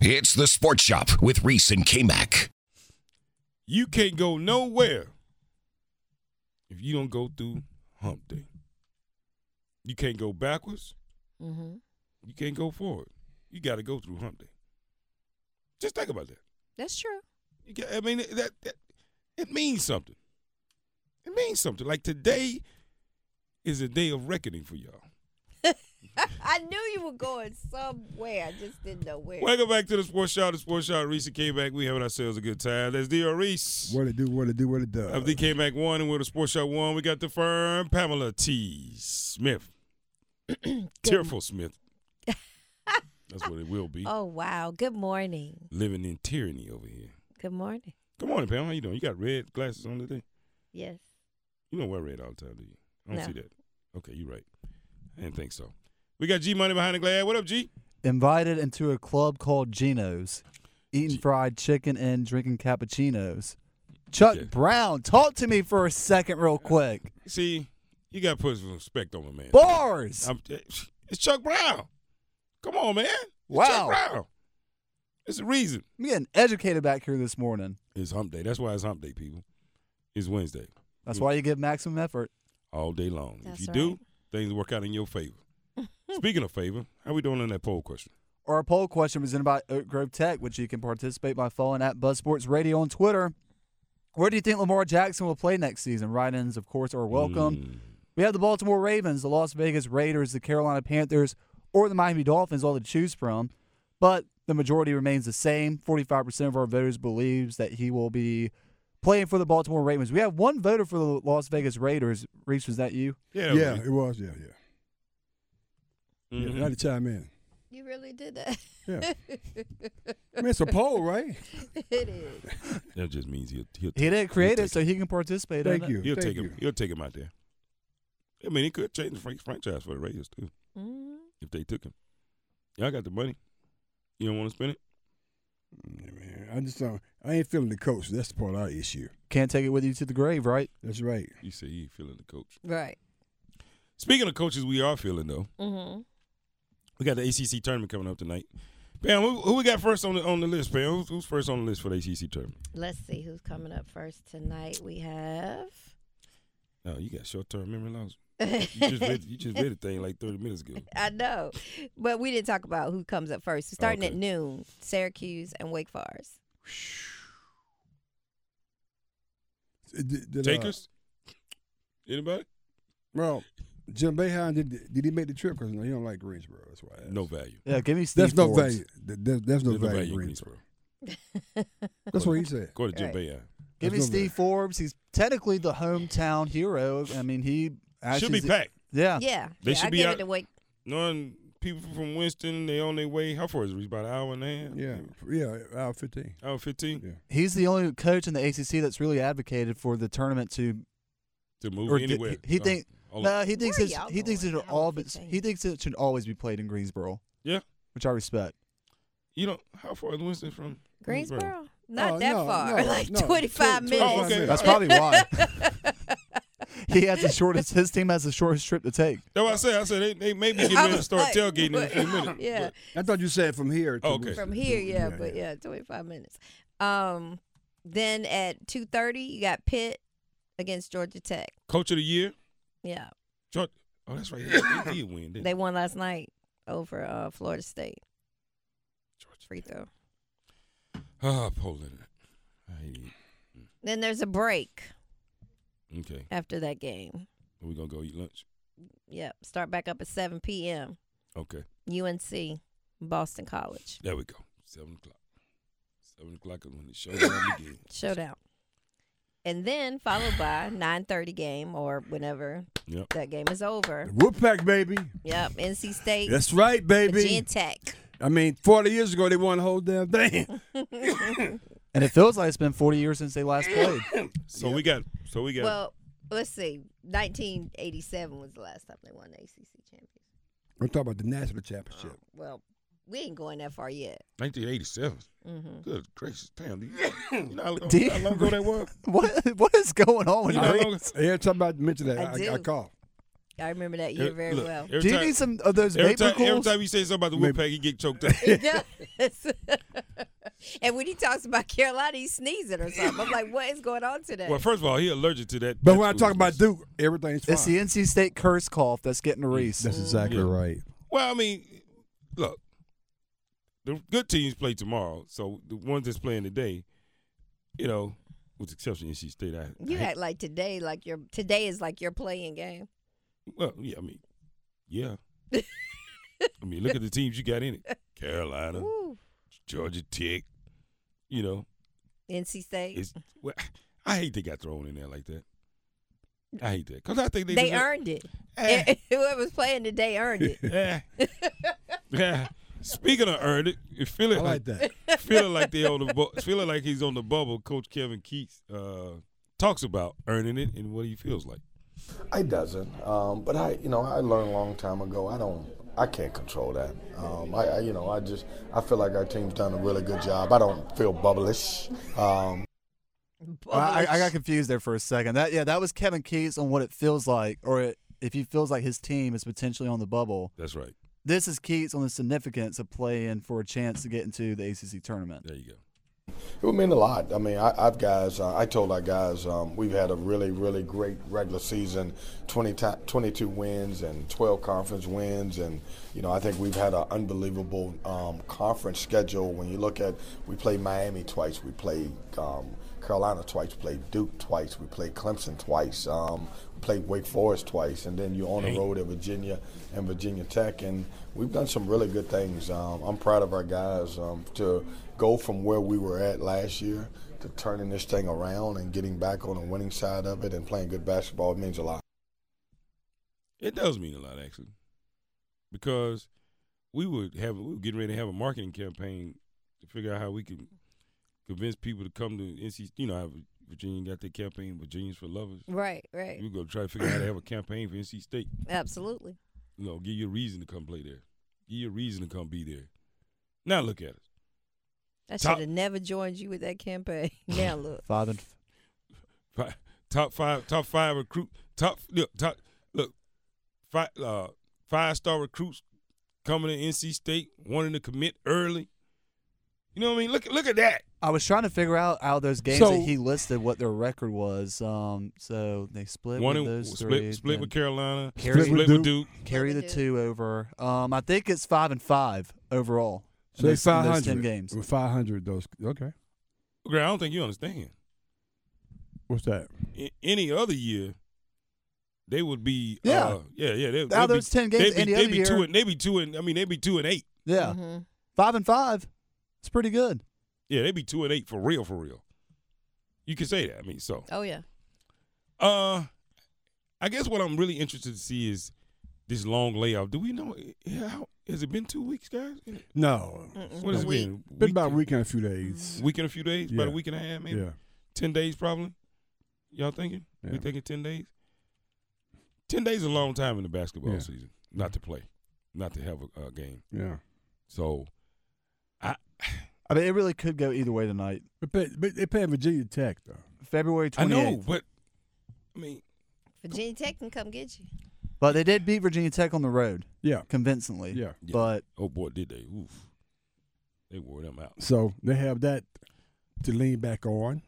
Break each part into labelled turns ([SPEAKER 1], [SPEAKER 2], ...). [SPEAKER 1] It's the Sports Shop with Reese and K Mac.
[SPEAKER 2] You can't go nowhere if you don't go through hump day. You can't go backwards.
[SPEAKER 3] Mm-hmm.
[SPEAKER 2] You can't go forward. You got to go through hump day. Just think about that.
[SPEAKER 3] That's true.
[SPEAKER 2] You get, I mean, that, that it means something. It means something. Like today is a day of reckoning for y'all.
[SPEAKER 3] I knew you were going somewhere. I just didn't know where.
[SPEAKER 2] Welcome back to the Sports Shot. The Sports Shot. Reese came back. We having ourselves a good time. That's DR Reese.
[SPEAKER 4] What it do, what it do, what it does.
[SPEAKER 2] Of the came back one, and we're the Sports Shot one. We got the firm Pamela T. Smith, tearful Smith. That's what it will be.
[SPEAKER 3] Oh wow. Good morning.
[SPEAKER 2] Living in tyranny over here.
[SPEAKER 3] Good morning.
[SPEAKER 2] Good morning, Pam. How you doing? You got red glasses on today.
[SPEAKER 3] Yes.
[SPEAKER 2] You don't wear red all the time, do you? I don't
[SPEAKER 3] No.
[SPEAKER 2] see that. Okay, you're right. I didn't think so. We got G Money behind the glass. What up, G?
[SPEAKER 5] Invited into a club called Gino's, eating fried chicken and drinking cappuccinos. Chuck
[SPEAKER 2] Okay.
[SPEAKER 5] Brown, talk to me for a second, real quick.
[SPEAKER 2] See, you got to put some respect on my man.
[SPEAKER 5] Bars.
[SPEAKER 2] I'm- it's Chuck Brown. Come on, man. It's
[SPEAKER 5] Wow.
[SPEAKER 2] Chuck Brown. It's the reason.
[SPEAKER 5] I'm getting educated back here this morning.
[SPEAKER 2] It's hump day. That's why it's hump day, people. It's Wednesday.
[SPEAKER 5] That's why you give maximum effort.
[SPEAKER 2] All day long.
[SPEAKER 3] That's
[SPEAKER 2] if you
[SPEAKER 3] right.
[SPEAKER 2] do, things work out in your favor. Speaking of favor, how we doing on that poll question?
[SPEAKER 5] Our poll question presented by Oak Grove Tech, which you can participate by following at Buzz Sports Radio on Twitter. Where do you think Lamar Jackson will play next season? Write ins, of course, are welcome.
[SPEAKER 2] Mm.
[SPEAKER 5] We have the Baltimore Ravens, the Las Vegas Raiders, the Carolina Panthers, or the Miami Dolphins all to choose from. But the majority remains the same. 45% of our voters believes that he will be playing for the Baltimore Ravens. We have one voter for the Las Vegas Raiders. Reese, was that you?
[SPEAKER 2] Yeah.
[SPEAKER 4] Yeah,
[SPEAKER 2] okay.
[SPEAKER 4] it was. Yeah, yeah. Yeah,
[SPEAKER 2] Mhm.
[SPEAKER 4] I had to chime in.
[SPEAKER 3] You really did that.
[SPEAKER 4] Yeah. I mean, it's a poll, right?
[SPEAKER 3] it is.
[SPEAKER 2] That just means he'll he'll
[SPEAKER 5] He didn't create
[SPEAKER 2] he'll
[SPEAKER 5] it,
[SPEAKER 2] take
[SPEAKER 5] so he can participate. in
[SPEAKER 4] Thank
[SPEAKER 5] it.
[SPEAKER 4] you.
[SPEAKER 2] He'll
[SPEAKER 4] Thank
[SPEAKER 2] take
[SPEAKER 4] you.
[SPEAKER 2] him. He'll take him out there. I mean, he could change the fran- franchise for the Raiders too
[SPEAKER 3] Mm.
[SPEAKER 2] if they took him. Y'all got the money. You don't want to spend it.
[SPEAKER 4] Yeah, man. I just don't. I ain't feeling the coach. That's the part of our issue.
[SPEAKER 5] Can't take it with you to the grave, right?
[SPEAKER 4] That's right.
[SPEAKER 2] You say he ain't feeling the coach.
[SPEAKER 3] Right.
[SPEAKER 2] Speaking of coaches, we are feeling though.
[SPEAKER 3] Mm-hmm.
[SPEAKER 2] We got the ACC tournament coming up tonight. Pam, who, who we got first on the on the list? Pam, who's, who's first on the list for the ACC tournament?
[SPEAKER 3] Let's see who's coming up first tonight. We have.
[SPEAKER 2] Oh, you got short term memory loss. You just read you just read a thing like thirty minutes ago.
[SPEAKER 3] I know, but we didn't talk about who comes up first. Starting at
[SPEAKER 2] Okay.
[SPEAKER 3] noon, Syracuse and Wake Forest.
[SPEAKER 4] Did- did, uh,
[SPEAKER 2] Takers. Anybody?
[SPEAKER 4] Well, Jim Behan did. Did he make the trip? Because he don't like Greensboro. That's why. I asked.
[SPEAKER 2] Uh, No value.
[SPEAKER 5] Yeah, give me Steve
[SPEAKER 4] That's no
[SPEAKER 5] Forbes.
[SPEAKER 4] value. Th- There's, there's no
[SPEAKER 2] There's
[SPEAKER 4] value. in
[SPEAKER 2] in
[SPEAKER 4] Greensboro.
[SPEAKER 2] Greensboro.
[SPEAKER 4] That's what he said.
[SPEAKER 2] Go to Jim
[SPEAKER 3] Right.
[SPEAKER 2] Behan.
[SPEAKER 5] Give me
[SPEAKER 4] There's no
[SPEAKER 5] Steve Forbes. He's technically the hometown hero. I mean, he actually
[SPEAKER 2] Should be packed.
[SPEAKER 5] Yeah,
[SPEAKER 3] yeah,
[SPEAKER 2] They
[SPEAKER 3] yeah,
[SPEAKER 2] should
[SPEAKER 3] I
[SPEAKER 2] be
[SPEAKER 3] give
[SPEAKER 2] out-
[SPEAKER 3] it to Wake.
[SPEAKER 2] Knowing people from Winston, they on their way. How far is it? It's About an hour and a half.
[SPEAKER 4] Yeah, yeah, out fifteen.
[SPEAKER 2] hour fifteen
[SPEAKER 4] Yeah.
[SPEAKER 5] he's the only coach in the ACC that's really advocated for the tournament to
[SPEAKER 2] to move
[SPEAKER 5] Or did-
[SPEAKER 2] anywhere.
[SPEAKER 5] he
[SPEAKER 2] Oh,
[SPEAKER 5] think-
[SPEAKER 2] oh,
[SPEAKER 5] No, he thinks
[SPEAKER 3] Where
[SPEAKER 5] it's,
[SPEAKER 3] y'all
[SPEAKER 5] he thinks it
[SPEAKER 3] going? I
[SPEAKER 5] should
[SPEAKER 3] don't
[SPEAKER 5] all be,
[SPEAKER 3] think they-
[SPEAKER 5] he thinks it should always be played in Greensboro.
[SPEAKER 2] Yeah.
[SPEAKER 5] which I respect.
[SPEAKER 2] you know how far is Winston from
[SPEAKER 3] Greensboro? Not
[SPEAKER 4] Oh,
[SPEAKER 3] that
[SPEAKER 4] no,
[SPEAKER 3] far.
[SPEAKER 4] no,
[SPEAKER 3] like
[SPEAKER 4] no.
[SPEAKER 3] 25
[SPEAKER 4] Tw-
[SPEAKER 3] minutes.
[SPEAKER 2] Oh, okay.
[SPEAKER 5] That's probably why he has the shortest. His team has the shortest trip to take.
[SPEAKER 2] That's what I said. I said they, they may be getting ready to start
[SPEAKER 3] Like,
[SPEAKER 2] tailgating in a few
[SPEAKER 3] but-
[SPEAKER 2] minutes.
[SPEAKER 3] Yeah.
[SPEAKER 4] I thought you said from here. To
[SPEAKER 2] Oh, okay.
[SPEAKER 3] From here, yeah, but yeah, 25 minutes. Um, then at 2:30, you got Pitt against Georgia Tech.
[SPEAKER 2] Coach of the year.
[SPEAKER 3] Yeah.
[SPEAKER 2] George, oh, that's right. He, he did win. Didn't
[SPEAKER 3] They won last night over uh, Florida State.
[SPEAKER 2] Georgia
[SPEAKER 3] Free throw.
[SPEAKER 2] he? Ah, Poland. I hate it.
[SPEAKER 3] Then there's a break
[SPEAKER 2] Okay,
[SPEAKER 3] after that game.
[SPEAKER 2] we're gonna go eat lunch.
[SPEAKER 3] Yep. Start back up at 7 p.m.
[SPEAKER 2] Okay,
[SPEAKER 3] UNC, Boston College.
[SPEAKER 2] there we go. Seven o'clock. Seven o'clock is when the show down again.
[SPEAKER 3] Showdown. And then followed by 9:30 game or whenever
[SPEAKER 2] Yep.
[SPEAKER 3] that game is over.
[SPEAKER 4] Whoop pack, baby.
[SPEAKER 3] Yep, NC State,
[SPEAKER 4] That's right, baby.
[SPEAKER 3] Virginia Tech.
[SPEAKER 4] I mean, 40 years ago, they won the whole damn thing.
[SPEAKER 5] And it feels like it's been 40 years since they last played.
[SPEAKER 2] So we got. So we got.
[SPEAKER 3] Well, let's see. 1987 was the last time they won the ACC championship.
[SPEAKER 4] I'm talking about the national championship.
[SPEAKER 3] Well, we ain't going that far yet.
[SPEAKER 2] 1987. Good gracious, damn! do You, you know how, long-
[SPEAKER 5] Do you-
[SPEAKER 2] how long ago that was?
[SPEAKER 5] What what is going on with
[SPEAKER 2] You know
[SPEAKER 5] you?
[SPEAKER 2] how long?
[SPEAKER 4] Every time I mention that,
[SPEAKER 3] I
[SPEAKER 4] I, I,
[SPEAKER 3] do.
[SPEAKER 4] call.
[SPEAKER 3] I remember that year very
[SPEAKER 2] Look,
[SPEAKER 3] well.
[SPEAKER 2] every
[SPEAKER 5] Do you
[SPEAKER 2] time-
[SPEAKER 5] need some of those
[SPEAKER 2] Every
[SPEAKER 5] vapor
[SPEAKER 2] time, every
[SPEAKER 5] cools?
[SPEAKER 2] time you say something about the Wolfpack, you get choked up.
[SPEAKER 3] He does. and when he talks about Carolina, he's sneezing or something. I'm like, what is going on today?
[SPEAKER 2] well, first of all, he allergic to that.
[SPEAKER 4] But
[SPEAKER 2] that
[SPEAKER 4] when I
[SPEAKER 2] food.
[SPEAKER 4] talk about Duke, everything's fine.
[SPEAKER 5] It's the NC State curse cough that's getting to
[SPEAKER 2] Mm.
[SPEAKER 5] Reese.
[SPEAKER 6] That's exactly
[SPEAKER 2] Yeah.
[SPEAKER 6] right.
[SPEAKER 2] well, I mean, look, the good teams play tomorrow, so the ones that's playing today, you know, with the exception of NC State, I,
[SPEAKER 3] you
[SPEAKER 2] I hate-
[SPEAKER 3] act like today, like your today is like your playing game.
[SPEAKER 2] well, yeah, I mean, yeah. I mean, look at the teams you got in it: Carolina,
[SPEAKER 3] Woo.
[SPEAKER 2] Georgia Tech. You know,
[SPEAKER 3] NC State.
[SPEAKER 2] it's well, I hate they got thrown in there like that. I hate that because I think they
[SPEAKER 3] they
[SPEAKER 2] deserve-
[SPEAKER 3] earned it.
[SPEAKER 2] Eh.
[SPEAKER 3] Whoever's playing today earned it.
[SPEAKER 2] Yeah. yeah. Speaking of earned it, it
[SPEAKER 4] I
[SPEAKER 2] feeling
[SPEAKER 4] like
[SPEAKER 2] like,
[SPEAKER 4] that.
[SPEAKER 2] feeling like they on the bu- feeling like he's on the bubble. Coach Kevin Keats uh, talks about earning it and what he feels like.
[SPEAKER 7] It doesn't. Um, but I, you know, I learned a long time ago. I don't. I can't control that. Um, I, I, you know, I just. I feel like our team's done a really good job. I don't feel bubblish. Um,
[SPEAKER 5] I, I- I got confused there for a second. That yeah, that was Kevin Keats on what it feels like, or it, if he feels like his team is potentially on the bubble.
[SPEAKER 2] That's right.
[SPEAKER 5] This is Keats on the significance of playing for a chance to get into the ACC tournament.
[SPEAKER 2] There you go.
[SPEAKER 7] it would mean a lot. I mean, I, I've guys. Uh, I told our guys um, we've had a really, really great regular season. 20 ti 22 wins and 12 conference wins, and you know, I think we've had an unbelievable um, conference schedule. When you look at, we play Miami twice. We play. Um, Carolina twice, played Duke twice, we played Clemson twice, um, we played Wake Forest twice, and then you're on the road at Virginia and Virginia Tech, and we've done some really good things. Um, I'm proud of our guys um, to go from where we were at last year to turning this thing around and getting back on the winning side of it and playing good basketball. It means a lot.
[SPEAKER 2] It does mean a lot actually, because we would have we were getting ready to have a marketing campaign to figure out how we can convince people to come to NC. You know, how Virginia got their campaign, Virginians for Lovers.
[SPEAKER 3] right, right.
[SPEAKER 2] We go try to figure out how to have a campaign for NC State.
[SPEAKER 3] Absolutely.
[SPEAKER 2] you know, give you a reason to come play there. Give you a reason to come be there. Now look at us.
[SPEAKER 3] I
[SPEAKER 2] Top-
[SPEAKER 3] should have never joined you with that campaign. Now look.
[SPEAKER 5] Five and
[SPEAKER 2] Fi- Top five, top five recruit, top look, top look, five uh, five star recruits coming to NC State wanting to commit early. You know what I mean? Look, look at that.
[SPEAKER 5] I was trying to figure out out of those games
[SPEAKER 4] So-
[SPEAKER 5] that he listed what their record was. Um, so they split
[SPEAKER 2] One
[SPEAKER 5] with
[SPEAKER 2] in,
[SPEAKER 5] those
[SPEAKER 2] split,
[SPEAKER 5] three.
[SPEAKER 2] split with
[SPEAKER 5] then
[SPEAKER 2] Carolina,
[SPEAKER 5] Carry-
[SPEAKER 2] split, with Duke.
[SPEAKER 5] carry the
[SPEAKER 3] Duke.
[SPEAKER 5] two over. Um, I think it's five and five overall. in
[SPEAKER 4] So they
[SPEAKER 5] those- in those
[SPEAKER 4] 500.
[SPEAKER 5] ten
[SPEAKER 2] Mm-hmm.
[SPEAKER 5] games.
[SPEAKER 4] With 500, those. Okay.
[SPEAKER 2] Grant, I don't think you understand.
[SPEAKER 4] What's that?
[SPEAKER 2] I- any other year, they would be
[SPEAKER 5] Yeah.
[SPEAKER 2] uh, yeah, yeah. They,
[SPEAKER 5] Out of
[SPEAKER 2] they'd
[SPEAKER 5] those
[SPEAKER 2] be,
[SPEAKER 5] 10 games,
[SPEAKER 2] they'd be,
[SPEAKER 5] any
[SPEAKER 2] they'd
[SPEAKER 5] other
[SPEAKER 2] be
[SPEAKER 5] year-
[SPEAKER 2] two and they'd be two and I mean they'd be two and eight.
[SPEAKER 5] Yeah,
[SPEAKER 3] Mhm.
[SPEAKER 5] five and five. It's pretty good.
[SPEAKER 2] Yeah, they be two and eight for real, for real. You can say that. I mean, so
[SPEAKER 3] Oh yeah.
[SPEAKER 2] uh, I guess what I'm really interested to see is this long layoff. Do we know? Yeah, how, has it been two weeks, guys?
[SPEAKER 4] No.
[SPEAKER 2] What has it been?
[SPEAKER 4] Been about a week and a few days.
[SPEAKER 2] Week and a few days, about a
[SPEAKER 4] Yeah.
[SPEAKER 2] week and a half, maybe
[SPEAKER 4] Yeah.
[SPEAKER 2] ten days, probably. Y'all thinking? We
[SPEAKER 4] Yeah.
[SPEAKER 2] thinking ten days? Ten days is a long time in the basketball
[SPEAKER 4] Yeah.
[SPEAKER 2] season, not to play, not to have a, a game.
[SPEAKER 4] Yeah.
[SPEAKER 2] So, I
[SPEAKER 5] I mean, it really could go either way tonight.
[SPEAKER 4] But, pay, but they pay Virginia Tech, though.
[SPEAKER 5] February
[SPEAKER 2] I
[SPEAKER 5] 28th.
[SPEAKER 2] know, but I mean,
[SPEAKER 3] Virginia Tech can come get you.
[SPEAKER 5] But they did beat Virginia Tech on the road
[SPEAKER 4] Yeah.
[SPEAKER 5] convincingly.
[SPEAKER 4] Yeah.
[SPEAKER 2] Yeah.
[SPEAKER 5] But
[SPEAKER 2] oh boy, did they? Oof, they wore them out.
[SPEAKER 4] So they have that to lean back on.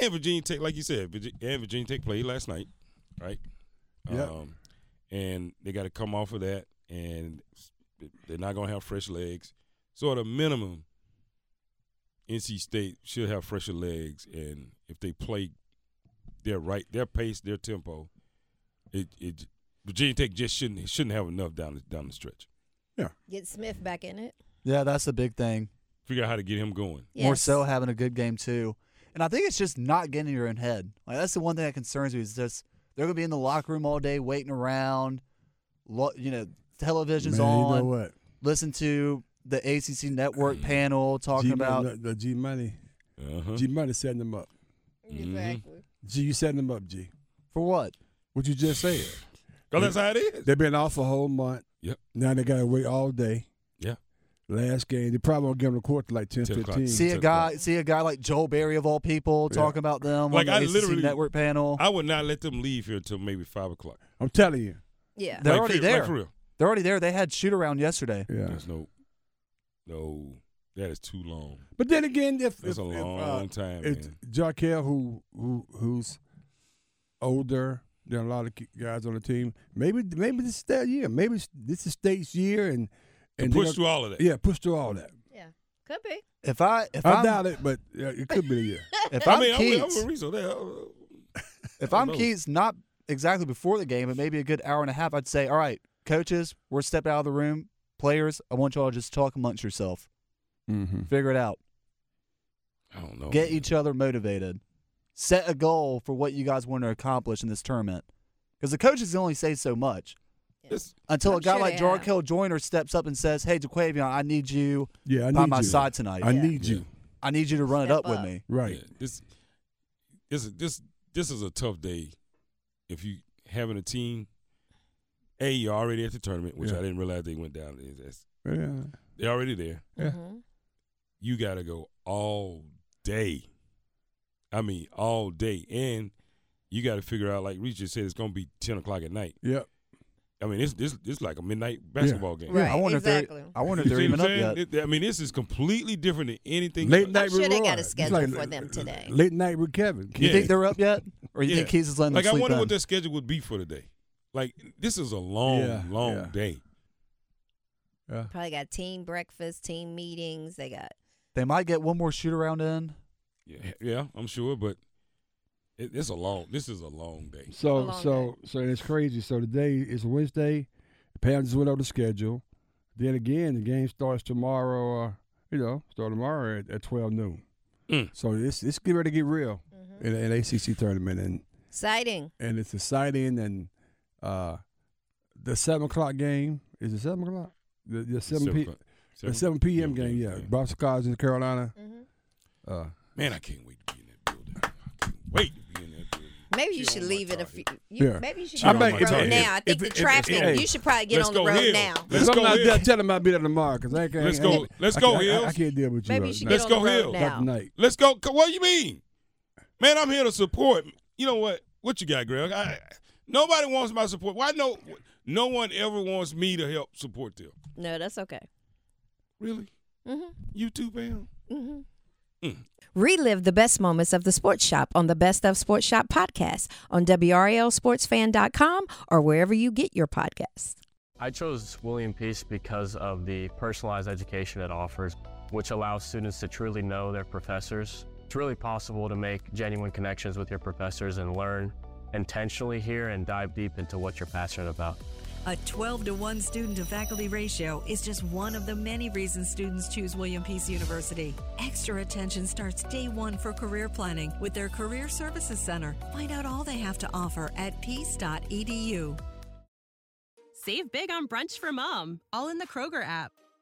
[SPEAKER 2] And Virginia Tech, like you said, Virginia, and Virginia Tech played last night, right?
[SPEAKER 4] Yeah.
[SPEAKER 2] Um, and they got to come off of that, and they're not going to have fresh legs. So at a minimum, NC State should have fresher legs, and if they play their right, their pace, their tempo, it, it Virginia Tech just shouldn't shouldn't have enough down the, down the stretch.
[SPEAKER 3] Get Smith back in it.
[SPEAKER 5] yeah, that's a big thing.
[SPEAKER 2] Figure out how to get him going.
[SPEAKER 3] Yes.
[SPEAKER 5] More so having a good game too. And I think it's just not getting in your own head. Like that's the one thing that concerns me is just they're gonna be in the locker room all day waiting around. Lo- you know, television's
[SPEAKER 4] Man,
[SPEAKER 5] on.
[SPEAKER 4] You know what?
[SPEAKER 5] Listen to the ACC Network panel talking about
[SPEAKER 4] the, the G Money.
[SPEAKER 2] Uh-huh.
[SPEAKER 4] G Money setting them up.
[SPEAKER 2] Mm-hmm.
[SPEAKER 3] Exactly.
[SPEAKER 4] G, you setting them up, G.
[SPEAKER 5] for what?
[SPEAKER 4] What you just said.
[SPEAKER 2] 'Cause that's how it is.
[SPEAKER 4] They've been off a whole month.
[SPEAKER 2] Yep.
[SPEAKER 4] Now they got to wait all day.
[SPEAKER 2] Yeah.
[SPEAKER 4] Last game, they probably won't get them to court till like 10,
[SPEAKER 2] 10 o'clock.
[SPEAKER 4] 15.
[SPEAKER 5] See a
[SPEAKER 2] Took
[SPEAKER 5] guy, see a guy like Joel Berry of all people talking about them
[SPEAKER 2] Like,
[SPEAKER 5] on the
[SPEAKER 2] I
[SPEAKER 5] ACC
[SPEAKER 2] literally-
[SPEAKER 5] Network panel.
[SPEAKER 2] I would not let them leave here until maybe five o'clock.
[SPEAKER 4] I'm telling you.
[SPEAKER 3] Yeah.
[SPEAKER 5] They're
[SPEAKER 2] Like,
[SPEAKER 5] already
[SPEAKER 2] for, like,
[SPEAKER 5] there.
[SPEAKER 2] for real.
[SPEAKER 5] They're already there. They had shoot around yesterday.
[SPEAKER 4] Yeah.
[SPEAKER 2] There's no, no. That is too long.
[SPEAKER 4] But then again, if
[SPEAKER 2] That's
[SPEAKER 4] if,
[SPEAKER 2] a
[SPEAKER 4] if,
[SPEAKER 2] long
[SPEAKER 4] uh,
[SPEAKER 2] time,
[SPEAKER 4] If
[SPEAKER 2] man.
[SPEAKER 4] Jarkel, who who who's older than a lot of ki- guys on the team, maybe maybe this is their year. Maybe it's- this is state's year, and
[SPEAKER 2] And
[SPEAKER 4] and
[SPEAKER 2] push
[SPEAKER 4] they're-
[SPEAKER 2] through all of that.
[SPEAKER 4] Yeah, push through all that.
[SPEAKER 3] Yeah. Could be.
[SPEAKER 5] If I, if
[SPEAKER 4] I
[SPEAKER 5] I'm,
[SPEAKER 4] doubt it, but uh, it could be a year.
[SPEAKER 5] if
[SPEAKER 2] I
[SPEAKER 5] I'm
[SPEAKER 2] mean, I'm,
[SPEAKER 5] Keats,
[SPEAKER 2] with- I'm a uh, reason there.
[SPEAKER 5] if
[SPEAKER 2] I
[SPEAKER 5] I'm
[SPEAKER 2] don't know.
[SPEAKER 5] Keats, not exactly before the game, but maybe a good hour and a half, I'd say, all right, coaches, we're stepping out of the room. Players, I want y'all to just talk amongst yourself,
[SPEAKER 4] Mm-hmm.
[SPEAKER 5] figure it out,
[SPEAKER 2] I don't know.
[SPEAKER 5] get
[SPEAKER 2] Oh, man.
[SPEAKER 5] each other motivated, set a goal for what you guys want to accomplish in this tournament. Because the coaches can only say so much
[SPEAKER 2] It's-
[SPEAKER 5] until
[SPEAKER 3] I'm
[SPEAKER 5] a guy
[SPEAKER 3] sure
[SPEAKER 5] like
[SPEAKER 3] they have.
[SPEAKER 5] Jarkel Joyner steps up and says, "Hey, DeQuavion, I need you
[SPEAKER 4] Yeah, I
[SPEAKER 5] by
[SPEAKER 4] need
[SPEAKER 5] my
[SPEAKER 4] you.
[SPEAKER 5] side tonight.
[SPEAKER 4] I
[SPEAKER 5] I,
[SPEAKER 3] Yeah.
[SPEAKER 4] need
[SPEAKER 2] Yeah.
[SPEAKER 4] you.
[SPEAKER 5] need you to run it
[SPEAKER 3] Step
[SPEAKER 5] up, with
[SPEAKER 3] up.
[SPEAKER 5] me."
[SPEAKER 4] Right.
[SPEAKER 2] Yeah, this, this, is- this, this is a tough day. If you having a team, a you're already at the tournament, which
[SPEAKER 4] Yeah.
[SPEAKER 2] I didn't realize they went down. It's- it's-
[SPEAKER 4] Yeah.
[SPEAKER 5] Mm-hmm.
[SPEAKER 2] They're already there.
[SPEAKER 4] Yeah.
[SPEAKER 3] Mhm.
[SPEAKER 2] You got to go all day. I mean, all day, and you got to figure out. Like Reach just said, it's gonna be ten o'clock at night.
[SPEAKER 4] Yep.
[SPEAKER 2] I mean, it's this, this like a midnight basketball game.
[SPEAKER 3] Right.
[SPEAKER 5] I wonder
[SPEAKER 3] exactly.
[SPEAKER 5] if they're, I wonder if
[SPEAKER 2] You
[SPEAKER 5] they're
[SPEAKER 2] see what
[SPEAKER 5] even up
[SPEAKER 2] I'm saying?
[SPEAKER 5] yet.
[SPEAKER 2] It- I mean, this is completely different than anything.
[SPEAKER 4] Late night.
[SPEAKER 3] sure
[SPEAKER 4] with
[SPEAKER 3] they got
[SPEAKER 4] Roy.
[SPEAKER 3] a
[SPEAKER 4] It's
[SPEAKER 3] schedule for them today.
[SPEAKER 4] Late night with Kevin.
[SPEAKER 5] You
[SPEAKER 2] Yeah.
[SPEAKER 5] think they're up yet, or you
[SPEAKER 2] Yeah.
[SPEAKER 5] think Keys is letting
[SPEAKER 2] like
[SPEAKER 5] them
[SPEAKER 2] I
[SPEAKER 5] sleep
[SPEAKER 2] wonder
[SPEAKER 5] in?
[SPEAKER 2] what their schedule would be for today. Like this is a long,
[SPEAKER 4] Yeah,
[SPEAKER 2] long
[SPEAKER 4] yeah.
[SPEAKER 2] day.
[SPEAKER 4] Yeah.
[SPEAKER 3] Probably got team breakfast, team meetings. They got
[SPEAKER 5] they might get one more shoot around in.
[SPEAKER 2] Yeah, yeah, I'm sure, but it, it's a long. This is a long day.
[SPEAKER 3] A
[SPEAKER 4] So
[SPEAKER 3] long
[SPEAKER 4] so so it's crazy. So today is Wednesday. The Panthers went over the schedule. Then again, the game starts tomorrow. Uh, you know, start tomorrow at, at twelve noon.
[SPEAKER 2] Mm.
[SPEAKER 4] So it's it's getting ready to get real
[SPEAKER 3] Mm-hmm.
[SPEAKER 4] in an ACC tournament, and
[SPEAKER 3] exciting.
[SPEAKER 4] and it's exciting. And uh, the seven o'clock game is it seven o'clock? The, the seven, p.
[SPEAKER 2] o'clock.
[SPEAKER 4] The seven p.m. game. Yeah, Boston College in Carolina.
[SPEAKER 3] Mm-hmm.
[SPEAKER 4] Uh,
[SPEAKER 2] Man, I can't wait to be in that building. I can't wait to be in that building.
[SPEAKER 3] Maybe you
[SPEAKER 2] She
[SPEAKER 3] should
[SPEAKER 2] on my
[SPEAKER 3] leave it a few.
[SPEAKER 2] target.
[SPEAKER 3] You,
[SPEAKER 4] Yeah.
[SPEAKER 3] Maybe you should
[SPEAKER 2] She
[SPEAKER 3] get
[SPEAKER 2] on
[SPEAKER 3] on the
[SPEAKER 2] my
[SPEAKER 3] road
[SPEAKER 2] target.
[SPEAKER 3] now. I
[SPEAKER 4] If-
[SPEAKER 3] think the
[SPEAKER 4] if- if-
[SPEAKER 3] traffic.
[SPEAKER 4] hey,
[SPEAKER 3] you should probably get
[SPEAKER 2] let's
[SPEAKER 3] on the
[SPEAKER 2] go
[SPEAKER 3] road
[SPEAKER 2] Hill.
[SPEAKER 3] now.
[SPEAKER 2] Let's
[SPEAKER 4] if I'm
[SPEAKER 2] go
[SPEAKER 4] not there,
[SPEAKER 2] Hill.
[SPEAKER 4] tell them I'll be there tomorrow because I can't.
[SPEAKER 2] Let's
[SPEAKER 4] I
[SPEAKER 2] go-
[SPEAKER 4] can't-
[SPEAKER 2] let's
[SPEAKER 4] I
[SPEAKER 2] go
[SPEAKER 4] can't- I- I,
[SPEAKER 2] Hills.
[SPEAKER 4] can't deal with you.
[SPEAKER 3] Maybe
[SPEAKER 4] right
[SPEAKER 3] you should
[SPEAKER 4] now.
[SPEAKER 3] get
[SPEAKER 2] Let's
[SPEAKER 3] on the
[SPEAKER 2] go
[SPEAKER 3] road
[SPEAKER 2] Hill.
[SPEAKER 3] now.
[SPEAKER 4] Not tonight.
[SPEAKER 2] Let's go. co- What do you mean, man? I'm here to support. You know what? What you got, Greg? I, nobody wants my support. Why no? No one ever wants me to help support them.
[SPEAKER 3] No, that's okay.
[SPEAKER 2] Really?
[SPEAKER 3] Mhm.
[SPEAKER 2] You too, Pam?
[SPEAKER 3] Mm-hmm.
[SPEAKER 2] Hmm.
[SPEAKER 3] Relive the best moments of the Sports Shop on the Best of Sports Shop podcast on WRLSportsFan.com or wherever you get your podcasts.
[SPEAKER 8] I chose William Peace because of the personalized education it offers, which allows students to truly know their professors. It's really possible to make genuine connections with your professors and learn intentionally here and dive deep into what you're passionate about.
[SPEAKER 9] A 12 to 1 student to faculty ratio is just one of the many reasons students choose William Peace University. Extra attention starts day one for career planning with their Career Services Center. Find out all they have to offer at E peace.edu.
[SPEAKER 6] Save big on brunch for mom, all in the Kroger app.